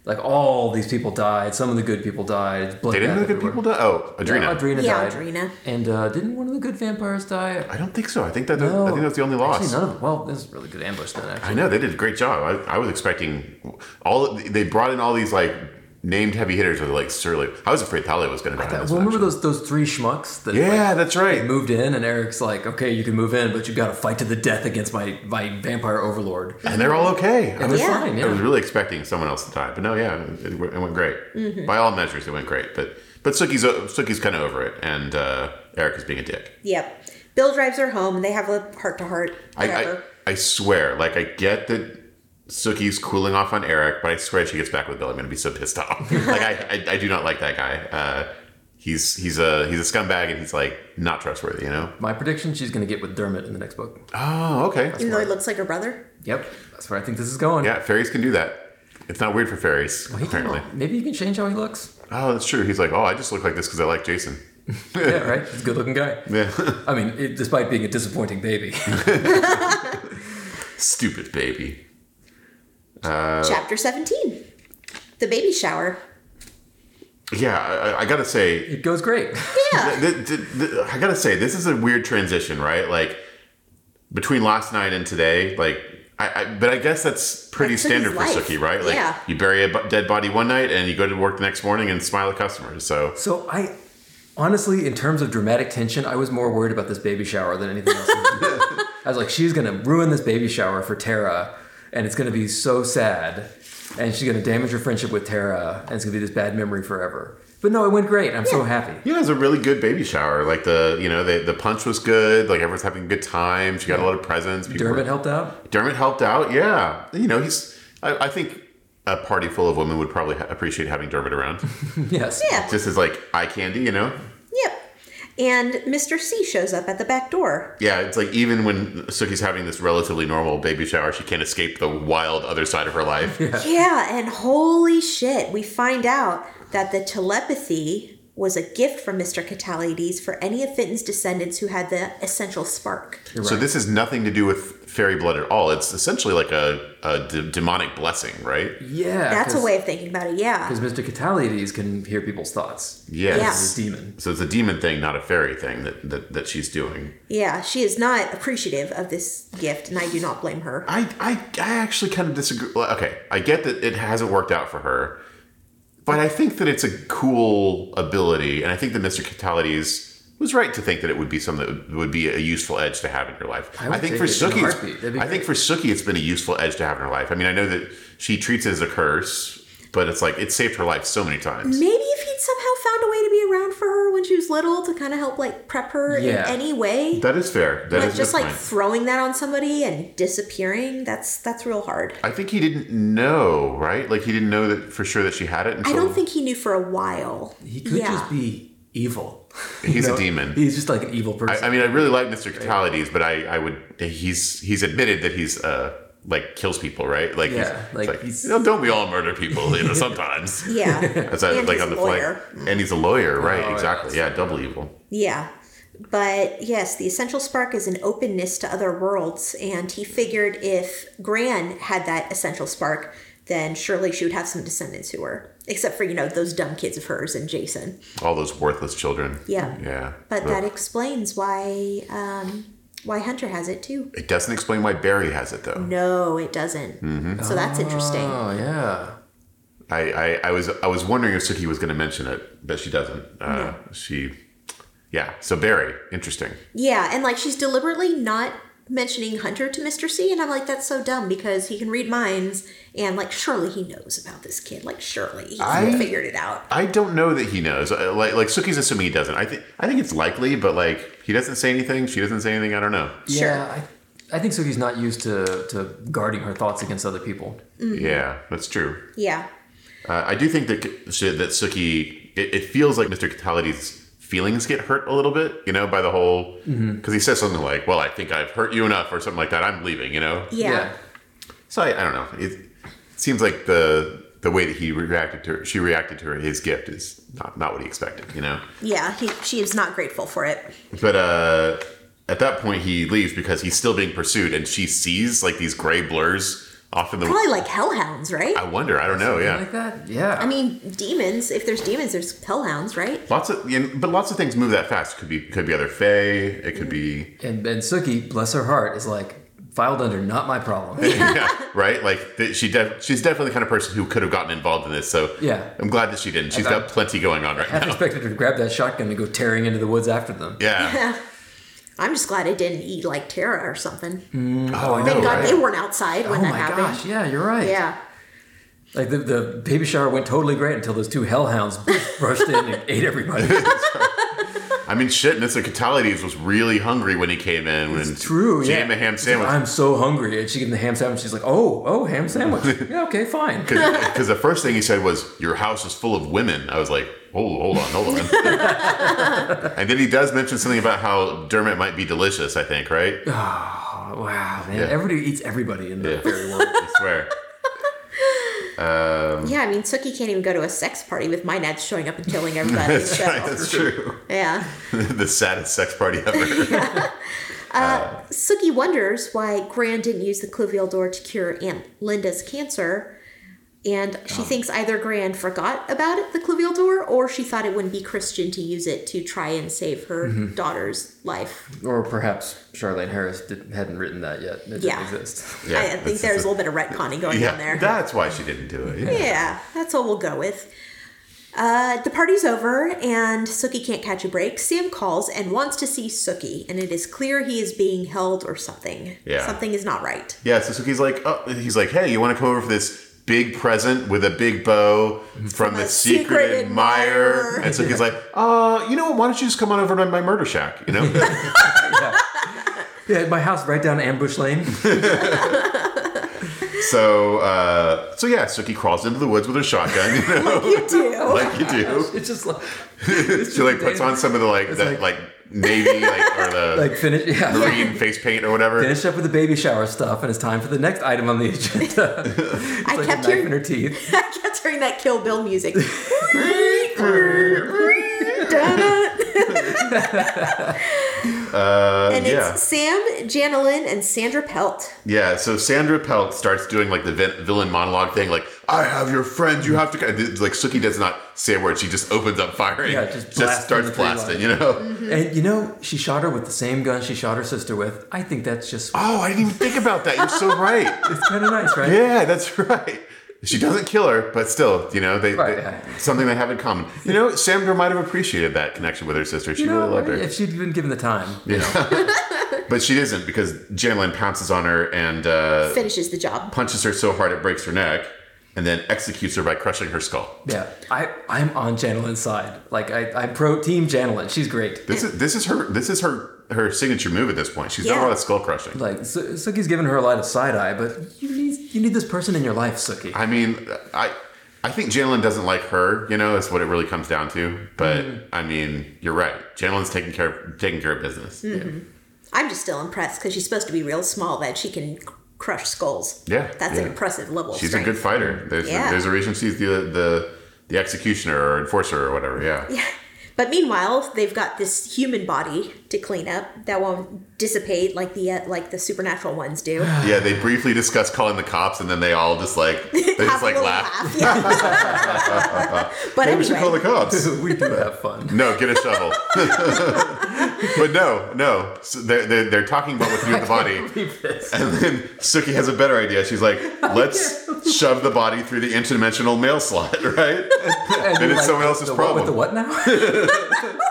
C: like all these people died. Some of the good people died. Blood
A: they didn't
C: got
A: know good
C: everywhere.
A: people die. Oh, Adrena.
C: Yeah, Adrena
B: Yeah,
C: died.
B: Adrena.
C: And uh, didn't one of the good vampires die?
A: I don't think so. I think that
C: No.
A: I think that's the only loss.
C: Actually, none of them. Well, this is a really good ambush then,
A: I
C: actually.
A: know they did a great job. I, I was expecting all. They brought in all these like named heavy hitters are like surly. I was afraid Thalia was going to die. in
C: Well,
A: this one,
C: remember
A: actually.
C: those those three schmucks that like,
A: Yeah, that's
C: They
A: right.
C: moved in, and Eric's like, "Okay, you can move in, but you got to fight to the death against my my vampire overlord."
A: And they're all okay. I
C: And
A: was,
C: they're
B: Yeah.
C: fine.
A: I was
C: Yeah.
A: really expecting someone else to die, but no, yeah, it, it went great
C: Mm-hmm.
A: by all measures. It went great, but but Suki's o- Suki's kind of over it, and uh, Eric is being a dick.
B: Yep. Bill drives her home and they have a heart to heart.
A: I, I
B: Whatever.
A: I swear, like I get that Suki's cooling off on Eric, but I swear she gets back with Bill. I'm gonna be so pissed off. like I, I, I do not like that guy. Uh, he's he's a he's a scumbag, and he's like not trustworthy. You know?
C: My prediction: she's going to get with Dermot in the next book.
A: Oh, okay.
B: Even though he looks like her brother.
C: Yep, that's where I think this is going.
A: Yeah, fairies can do that. It's not weird for fairies,
C: He can-
A: apparently.
C: Maybe you can change how he looks.
A: Oh, that's true. He's like, oh, I just look like this because I like Jason.
C: Yeah, right. He's a good-looking guy.
A: Yeah.
C: I mean, it, despite being a disappointing baby.
A: Stupid baby. Uh.
B: Chapter 17 The baby shower.
A: Yeah, I- I, I gotta say,
C: It goes great.
B: Yeah.
A: Th- th- th- I gotta say, this is a weird transition, right? Like between last night and today, like. I, I, but I guess that's pretty
B: That's Sookie's
A: standard for
B: life.
A: Sookie, right? Like
B: Yeah.
A: you bury a bu- dead body one night and you go to work the next morning and smile at customers. So
C: So I, honestly, in terms of dramatic tension, I was more worried about this baby shower than anything else. I was like, she's gonna ruin this baby shower for Tara, and it's gonna be so sad, and she's gonna damage her friendship with Tara, and it's gonna be this bad memory forever. But no, it went great. I'm so happy.
A: yeah, it was a really good baby shower. Like the you know the the punch was good. Like everyone's having a good time. She got a lot of presents. People were-
C: Dermot helped out.
A: Dermot helped out. Yeah, you know he's. I, I think a party full of women would probably ha- appreciate having Dermot around,
C: Yes.
B: Yeah.
A: just as like eye candy. You know,
B: Yep. And Mr. C shows up at the back door.
A: Yeah, it's like even when Suki's having this relatively normal baby shower, she can't escape the wild other side of her life.
B: Yeah, and holy shit, we find out that the telepathy was a gift from Mr. Catalides for any of Fenton's descendants who had the essential spark.
C: You're
A: So
C: right.
A: this is nothing to do with fairy blood at all. It's essentially like a, a de- demonic blessing, right?
C: yeah.
B: That's a way of thinking about it, yeah.
C: Because Mr. Catalides can hear people's thoughts.
A: Yes.
C: He's a demon.
A: So it's a demon thing, not a fairy thing that, that, that she's doing.
B: Yeah, she is not appreciative of this gift, and I do not blame her.
A: I, I, I actually kind of disagree. well, Okay, I get that it hasn't worked out for her, but I think that it's a cool ability, and I think that Mr. Catalides was right to think that it would be something that would- would be a useful edge to have in your life.
C: I
A: I,
C: would
A: think
C: take
A: for
C: it in a
A: Sookie,
C: heartbeat. That'd be
A: I think for Sookie, it's been a useful edge to have in her life. I mean, I know that she treats it as a curse, but it's like it saved her life so many times.
B: Maybe if he'd somehow found a way to be around for her when she was little to kind of help like prep her
C: Yeah.
B: in any way.
A: That is fair. That
B: But
A: is a
B: just
A: good
B: like
A: point.
B: throwing that on somebody and disappearing, that's that's real hard.
A: I think he didn't know, right? Like he didn't know that for sure that she had it. Until
B: I don't think he knew for a while.
C: He could just be evil.
A: he's
C: You
A: a
C: know?
A: demon.
C: He's just like an evil person.
A: I, I mean, I really like Mr. Catalides, but I, I would he's he's admitted that he's uh like kills people, right? Like
C: Yeah,
A: he's,
C: like,
A: like,
C: he's-
A: "No, don't we all murder people? You know, sometimes.
B: Yeah.
A: That's, uh,
B: And
A: like
B: he's
A: on the
B: a
A: flight.
B: lawyer.
A: and he's a lawyer, right?
C: Oh, yeah,
A: exactly.
C: that's
A: Yeah, double evil.
B: yeah. But yes, the essential spark is an openness to other worlds, and he figured if Gran had that essential spark, then surely she would have some descendants who were, except for you know those dumb kids of hers and Jason.
A: All those worthless children.
B: Yeah.
A: Yeah.
B: But that
A: Ugh.
B: explains why um, why Hunter has it too.
A: it doesn't explain why Barry has it though.
B: No, it doesn't.
A: Mm-hmm.
B: So that's interesting.
C: oh yeah.
A: I, I, I was I was wondering if Suki was going to mention it, but she doesn't. Uh, She, yeah. So Barry, interesting.
B: Yeah, and like she's deliberately not mentioning Hunter to Mr. C, and I'm like, that's so dumb because he can read minds, and like surely he knows about this kid. Like surely he's
A: I-
B: figured it out.
A: I don't know that he knows. Uh, Like like Suki's assuming he doesn't. I think I think it's likely, but like he doesn't say anything. She doesn't say anything. I don't know.
B: Sure.
C: Yeah, I, I think Suki's not used to, to guarding her thoughts against other people.
A: Yeah, that's true.
B: Yeah.
A: Uh, I do think that K- that Suki. It, it feels like Mr. Catalides' feelings get hurt a little bit, you know, by the whole because he says something like, "Well, I think I've hurt you enough" or something like that. I'm leaving, you know.
B: Yeah.
A: So I, I don't know. It seems like the the way that he reacted to her, she reacted to her, his gift is not not what he expected, you know.
B: Yeah, he, she is not grateful for it.
A: But uh, at that point, he leaves because he's still being pursued, and she sees like these gray blurs off in the.
B: Probably like hellhounds, right?
A: I wonder. I don't know.
C: Something
A: Oh, Yeah,
C: Like that? Yeah.
B: I mean, demons. If there's demons, there's hellhounds, right?
A: lots of yeah, but lots of things move that fast. Could be could be other Fae. It could be
C: and, and Suki, bless her heart, is like, filed under not my problem.
A: yeah, right. Like th- she, def- she's definitely the kind of person who could have gotten involved in this. So
C: Yeah.
A: I'm glad that she didn't. She's
C: thought-
A: got plenty going on right
C: I
A: now.
C: expected her to grab that shotgun and go tearing into the woods after them.
A: Yeah.
B: I'm just glad I didn't eat like Tara or something.
A: Oh, I know,
B: Thank God
A: right?
B: they weren't outside when
C: Oh
B: that
C: my
B: happened.
C: gosh! Yeah, you're right.
B: Yeah.
C: Like the, the baby shower went totally great until those two hellhounds rushed in and ate everybody.
A: I mean, shit. Mr. Catalides was really hungry when he came in. When
C: It's true.
A: She
C: yeah.
A: gave him a ham
C: She's like,
A: sandwich
C: I'm so hungry, and she gave him the ham sandwich. She's like, "Oh, oh, ham sandwich. yeah, okay, fine."
A: because the first thing he said was, "Your house is full of women." I was like, "Oh, hold on, hold on." and then he does mention something about how Dermot might be delicious. I think, right?
C: Oh, wow, man!
A: Yeah.
C: Everybody eats everybody in the
A: Yeah.
C: fairy world.
A: I swear.
B: Yeah, I mean, Sookie can't even go to a sex party with my Ned showing up and killing everybody. so,
A: That's true.
B: Yeah.
A: the saddest sex party ever.
B: Sookie wonders why Gran didn't use the Cluvial door to cure Aunt Linda's cancer. And she thinks either Gran forgot about it, the Cluvial door, or she thought it wouldn't be Christian to use it to try and save her daughter's life.
C: or perhaps Charlene Harris did, hadn't written that yet. It
B: Yeah.
C: didn't exist.
A: Yeah,
B: I think
A: this
B: there's
A: is
B: a little bit of retconning going on there.
A: that's why she didn't do it.
B: Yeah, that's what we'll go with. Uh, the party's over, and Sookie can't catch a break. Sam calls and wants to see Sookie, and it is clear he is being held or something.
A: Yeah.
B: Something is not right.
A: Yeah, so Suki's like, oh, he's like, hey, you want to come over for this big present with a big bow from
B: a
A: a secret,
B: secret
A: admirer?
B: admirer.
A: And Suki's like, uh, you know what? Why don't you just come on over to my murder shack? You know,
C: Yeah, my house right down Ambush Lane.
A: so uh, so yeah, Suki crawls into the woods with her shotgun, you know,
B: You do.
A: like you do.
C: it's just like
A: She like puts on some of the like that like,
C: like-
A: navy like or the
C: like finish. Yeah.
A: green face paint or whatever.
C: Finish up with the baby shower stuff, and it's time for the next item on the agenda. It's
B: I
C: like
B: kept
C: a knife in
B: hearing
C: her teeth.
B: I kept hearing that Kill Bill music. Da-da.
A: Uh,
B: and it's
A: yeah.
B: Sam, Janelyn, and Sandra Pelt.
A: Yeah, so Sandra Pelt starts doing like the vi- villain monologue thing, like "I have your friend, you have to." co-" Like Suki does not say a word; she just opens up firing,
C: Yeah, just blasting
A: starts
C: the three
A: blasting.
C: lines.
A: You know?
B: Mm-hmm.
C: And you know, she shot her with the same gun she shot her sister with. I think that's just
A: Oh, I didn't even think about that. You're so right.
C: it's kind of nice, right?
A: Yeah, that's right. She doesn't kill her, but still, you know, they,
C: Right,
A: they-
C: yeah.
A: something they have in common. You know, Sandra might have appreciated that connection with her sister. She
C: You know,
A: really loved her,
C: if she'd been given the time,
A: you know. but she isn't because Janelyn pounces on her and uh,
B: Finishes the job.
A: punches her so hard it breaks her neck, and then executes her by crushing her skull.
C: yeah, I I'm on Janelyn's side. Like I I'm pro team Janelyn. She's great.
A: This is this is her this is her her signature move at this point. She's done
B: Yeah.
A: a lot of skull crushing.
C: Like Su- Suki's giving her a lot of side eye, but you need you need this person in your life, Suki.
A: I mean, I I think Jalen doesn't like her. You know, is what it really comes down to. But
B: Mm-hmm.
A: I mean, you're right. Jalen's taking care of taking care of business.
B: Mm-hmm. I'm just still impressed because she's supposed to be real small that she can c- crush skulls.
A: Yeah,
B: That's an
A: yeah.
B: impressive level. of
A: She's
B: strength.
A: a good fighter. There's
B: Yeah.
A: there's a reason she's the the the executioner or enforcer or whatever. Yeah.
B: But meanwhile, they've got this human body to clean up that won't dissipate like the uh, like the supernatural ones do.
A: yeah. They briefly discuss calling the cops, and then they all just like they
B: Have
A: just
B: a
A: like
B: little
A: laugh.
B: yeah. but
A: Maybe we should call the
B: anyway,
A: cops.
C: we do have fun.
A: No, get a shovel. but no, no. So they're, they're, they're talking about what to do with the body. And then Suki has a better idea. She's like, let's shove the body through the interdimensional mail slot, right?
C: And
A: it's
C: like,
A: someone else's
C: the
A: problem.
C: What, with the what now?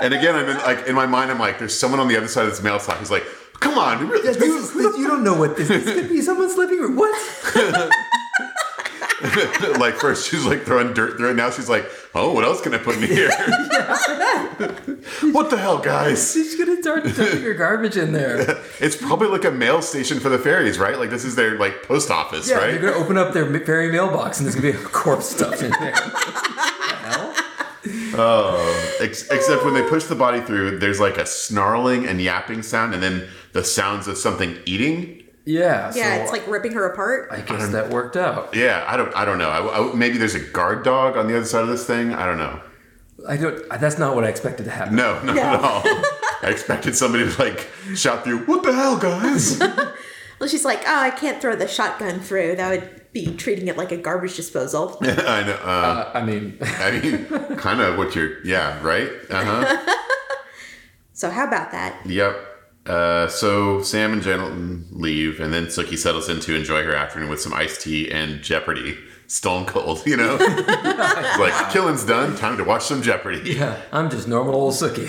A: And again, I'm in, like in my mind, I'm like, there's someone on the other side of this mail slot. He's like, come on, really?
C: This is- this- you don't know what this is. This could be someone's living room. What?
A: like first she's like throwing dirt through it. Now she's like, oh, what else can I put in here? what the hell, guys?
C: She's gonna start dumping your garbage in there.
A: It's probably like a mail station for the fairies, right? Like this is their like post office,
C: Yeah,
A: right?
C: you're gonna open up their ma- fairy mailbox and there's gonna be corpse stuff in there. Hell?
A: Ex- except when they push the body through, there's like a snarling and yapping sound, and then the sounds of something eating.
C: Yeah.
B: yeah,
C: so
B: it's like ripping her apart.
C: I guess that worked out.
A: Yeah, I don't, I don't know. I, I- maybe there's a guard dog on the other side of this thing. I don't know.
C: I don't. That's not what I expected to happen.
A: No, not at all. I expected somebody to like shout through, "What the hell, guys?"
B: Well, she's like, "Oh, I can't throw the shotgun through. That would be treating it like a garbage disposal."
A: I know. Uh,
C: Uh, I mean,
A: I mean, Uh-huh. kind of what you're. Yeah, right. Uh huh.
B: so how about that?
A: Yep. Uh, so Sam and Jen leave, and then Suki settles in to enjoy her afternoon with some iced tea and Jeopardy. Stone cold, you know? It's like, killing's done, time to watch some Jeopardy.
C: Yeah, I'm just normal old Sookie.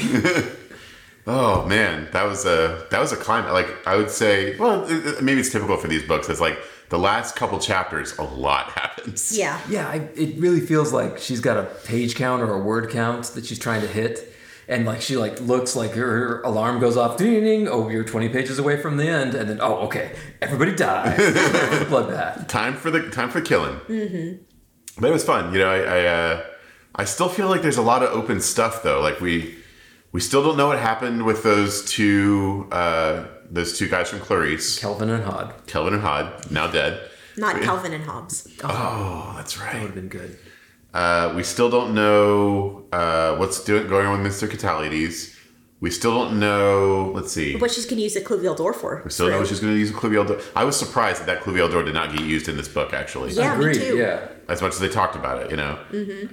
A: Oh man, that was a that was a climb. Like I would say, well, it- it- maybe it's typical for these books. It's like the last couple chapters, a lot happens.
B: Yeah.
C: yeah, I, it really feels like she's got a page count or a word count that she's trying to hit. And like she like looks like her alarm goes off, ding, ding, ding. Oh, you're 20 pages away from the end, and then oh, okay, everybody dies. Bloodbath.
A: time for the time for killing. Mm-hmm. But it was fun, you know. I I, uh, I still feel like there's a lot of open stuff though. Like we we still don't know what happened with those two uh, those two guys from Clarice,
C: Kelvin and Hod
A: Kelvin and Hod, now dead.
B: Not Calvin and Hobbes.
A: Oh, that's
C: would
A: right.
C: have been good.
A: Uh, we still don't know uh, what's doing going on with Mister Catalides. We still don't know. Let's see.
B: What she's going to use the Cluvial door for.
A: We still know she's going to use a Cluvial door. I was surprised that that Cluvial door did not get used in this book, actually.
B: Yeah, me
C: Agreed.
B: too.
C: Yeah.
A: as much as they talked about it, you know.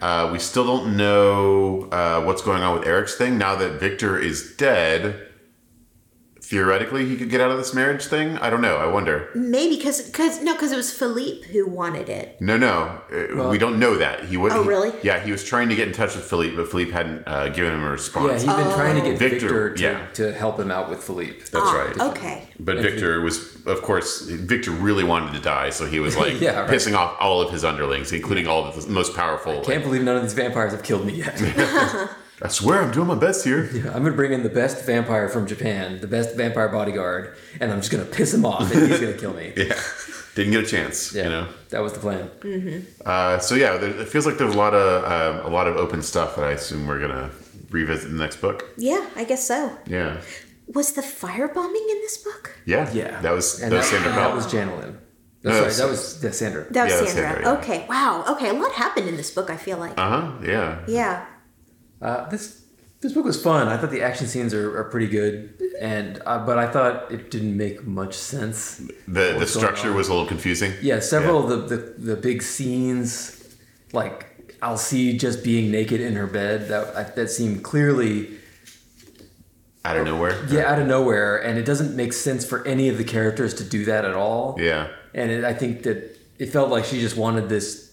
A: Uh, we still don't know uh, what's going on with Eric's thing now that Victor is dead. Theoretically, he could get out of this marriage thing. I don't know. I wonder.
B: Maybe because because no because it was Philippe who wanted it.
A: No, no, uh, we don't know that. He would.
B: Oh, really?
A: yeah, he was trying to get in touch with Philippe, but Philippe hadn't uh, given him a
C: Yeah,
A: response.
C: he's been trying to get
A: Victor,
C: Victor, to,
A: yeah.
C: to help him out with Philippe.
A: That's
B: Ah,
A: right.
B: Okay.
A: But Victor was, of course, Victor really wanted to die, so he was like
C: Yeah, right.
A: pissing off all of his underlings, including all of the most powerful. like,
C: Can't believe none of these vampires have killed me yet.
A: I swear, I'm doing my best here.
C: I'm gonna bring in the best vampire from Japan, the best vampire bodyguard, and I'm just gonna piss him off, and he's gonna kill me.
A: yeah, didn't get a chance. You know.
C: that was the plan.
A: Uh, so yeah, there, it feels like there's a lot of um, a lot of open stuff that I assume we're gonna revisit in the next book.
B: Yeah, I guess so.
A: Yeah,
B: Was the firebombing in this book?
A: yeah,
C: Yeah,
A: That was
C: and
A: that was Sandra
C: That
A: Bell.
C: was Janelin.
A: No,
C: That's right.
A: it's-
C: That was yeah, Sandra.
B: That was
A: Yeah, that's
B: Sandra.
A: Sandra, yeah.
B: Okay. Wow. Okay. A lot happened in this book. I feel like.
A: Uh huh. Yeah.
B: yeah.
C: Uh, this this book was fun. I thought the action scenes are, are pretty good, and uh, but I thought it didn't make much sense.
A: The the
C: What's going
A: structure
C: on?
A: was a little confusing.
C: Yeah, several of the, the the big scenes, like Alcide just being naked in her bed, that I, that seemed clearly
A: Out of nowhere.
C: yeah out of nowhere, and it doesn't make sense for any of the characters to do that at all.
A: Yeah.
C: and it, I think that it felt like she just wanted this,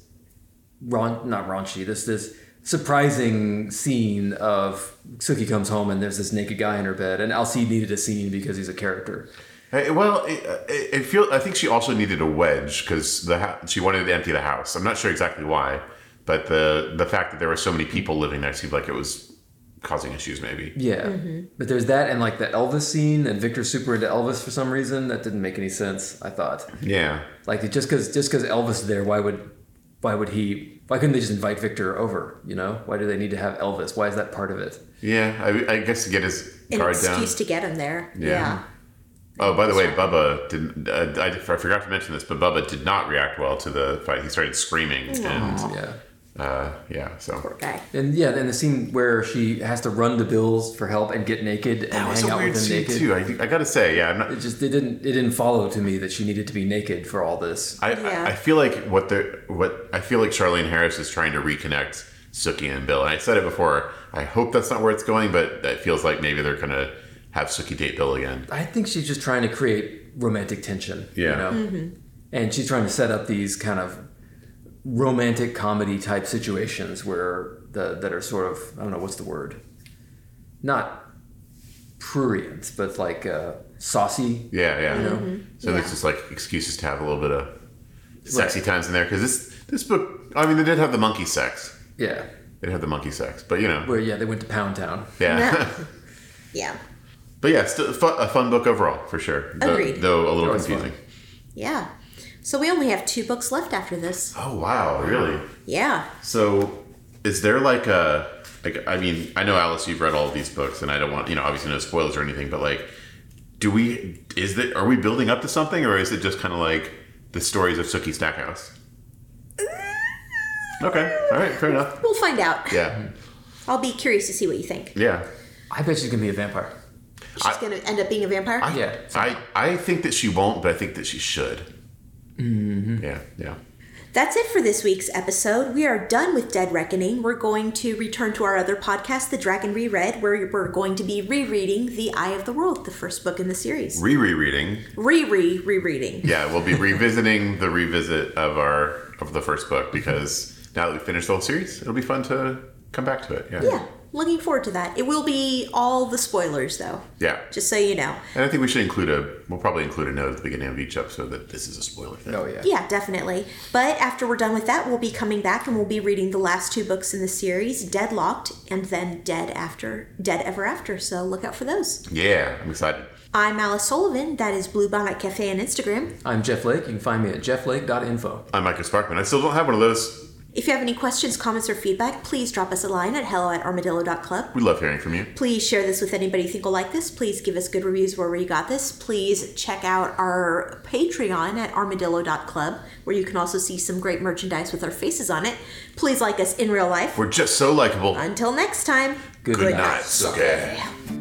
C: raun- not raunchy, this this surprising scene of Suki comes home and there's this naked guy in her bed, and Alcide needed a scene because he's a character.
A: Hey, well, Uh, it, it, it feel I think she also needed a wedge because the ha- she wanted to empty the house. I'm not sure exactly why, but the the fact that there were so many people living there seemed like it was causing issues. Maybe.
C: Yeah, but there's that and like the Elvis scene, and Victor's super into Elvis for some reason. That didn't make any sense. I thought
A: Yeah.
C: like just because just because Elvis is there, why would why would he? Why couldn't they just invite Victor over? You know, why do they need to have Elvis? Why is that part of it?
A: Yeah. I, I guess to get his
B: An
A: guard down.
B: excuse to get him there. Yeah.
A: Oh, by the way, Bubba didn't. Uh, I, I forgot to mention this, but Bubba did not react well to the fight. He started screaming, and
C: Yeah.
A: uh, yeah, so
B: Poor guy.
C: And yeah, and the scene where she has to run to Bill's for help and get naked and
A: that was
C: hang
A: a
C: out
A: weird
C: with him
A: scene
C: naked.
A: too. I, think- I gotta say, yeah, I'm not,
C: It just it didn't it didn't follow to me that she needed to be naked for all this.
A: I,
B: Yeah.
A: I, I feel like what the what I feel like Charlene Harris is trying to reconnect Sookie and Bill. And I said it before. I hope that's not where it's going, but it feels like maybe they're gonna have Sookie date Bill again.
C: I think she's just trying to create romantic tension.
A: Yeah.
C: You know? And she's trying to set up these kind of romantic comedy type situations where the that are sort of I don't know what's the word, not prurient, but like uh, saucy.
A: Yeah, yeah.
C: Mm-hmm.
A: So
B: Yeah.
A: there's just like excuses to have a little bit of sexy times in there because this this book. I mean, they did have the monkey sex.
C: Yeah.
A: They did have the monkey sex, but you know.
C: Where yeah they went to Pound Town.
A: Yeah.
B: Yeah.
A: but yeah, still fu- a fun book overall for sure. Though,
B: Agreed.
A: Though a little
C: That was fun.
A: confusing.
B: Yeah. So we only have two books left after this.
A: Oh wow, really?
B: Yeah.
A: So, is there like a like? I mean, I know Alice, you've read all of these books, and I don't want you know obviously no spoilers or anything, but like, do we is that are we building up to something, or is it just kind of like the stories of Sookie Stackhouse? Okay, all right, fair enough.
B: We'll find out.
A: Yeah,
B: I'll be curious to see what you think.
A: yeah.
C: I bet she's gonna be a vampire.
B: She's
A: I-
B: gonna end up being a vampire.
A: I,
C: Yeah.
A: I I think that she won't, but I think that she should. Yeah, yeah.
B: That's it for this week's episode. We are done with Dead Reckoning. We're going to return to our other podcast, The Dragon Reread, where we're going to be rereading The Eye of the World, the first book in the series.
A: Re-rereading.
B: Re re rereading.
A: Yeah, we'll be revisiting the revisit of our of the first book because now that we've finished the whole series, it'll be fun to come back to it. Yeah.
B: Yeah, looking forward to that. It will be all the spoilers, though,
A: Yeah.
B: just so you know.
A: And I think we should include a we'll probably include a note at the beginning of each episode that this is a spoiler thing.
C: Oh yeah.
B: Yeah, definitely. But after we're done with that, we'll be coming back and we'll be reading the last two books in the series, Deadlocked and then Dead After Dead Ever After. So look out for those.
A: Yeah, I'm excited.
B: I'm Alice Sullivan. That is Blue Bonnet Cafe on Instagram.
C: I'm Jeff Lake. You can find me at jefflake.info.
A: I'm Michael Sparkman. I still don't have one of those.
B: If you have any questions, comments, or feedback, please drop us a line at hello at armadillo.club.
A: We love hearing from you.
B: Please share this with anybody you think will like this. Please give us good reviews wherever you got this. Please check out our Patreon at armadillo.club, where you can also see some great merchandise with our faces on it. Please like us in real life.
A: We're just so likable.
B: Until next time,
C: Good
A: Good night, sucker.
B: sucker.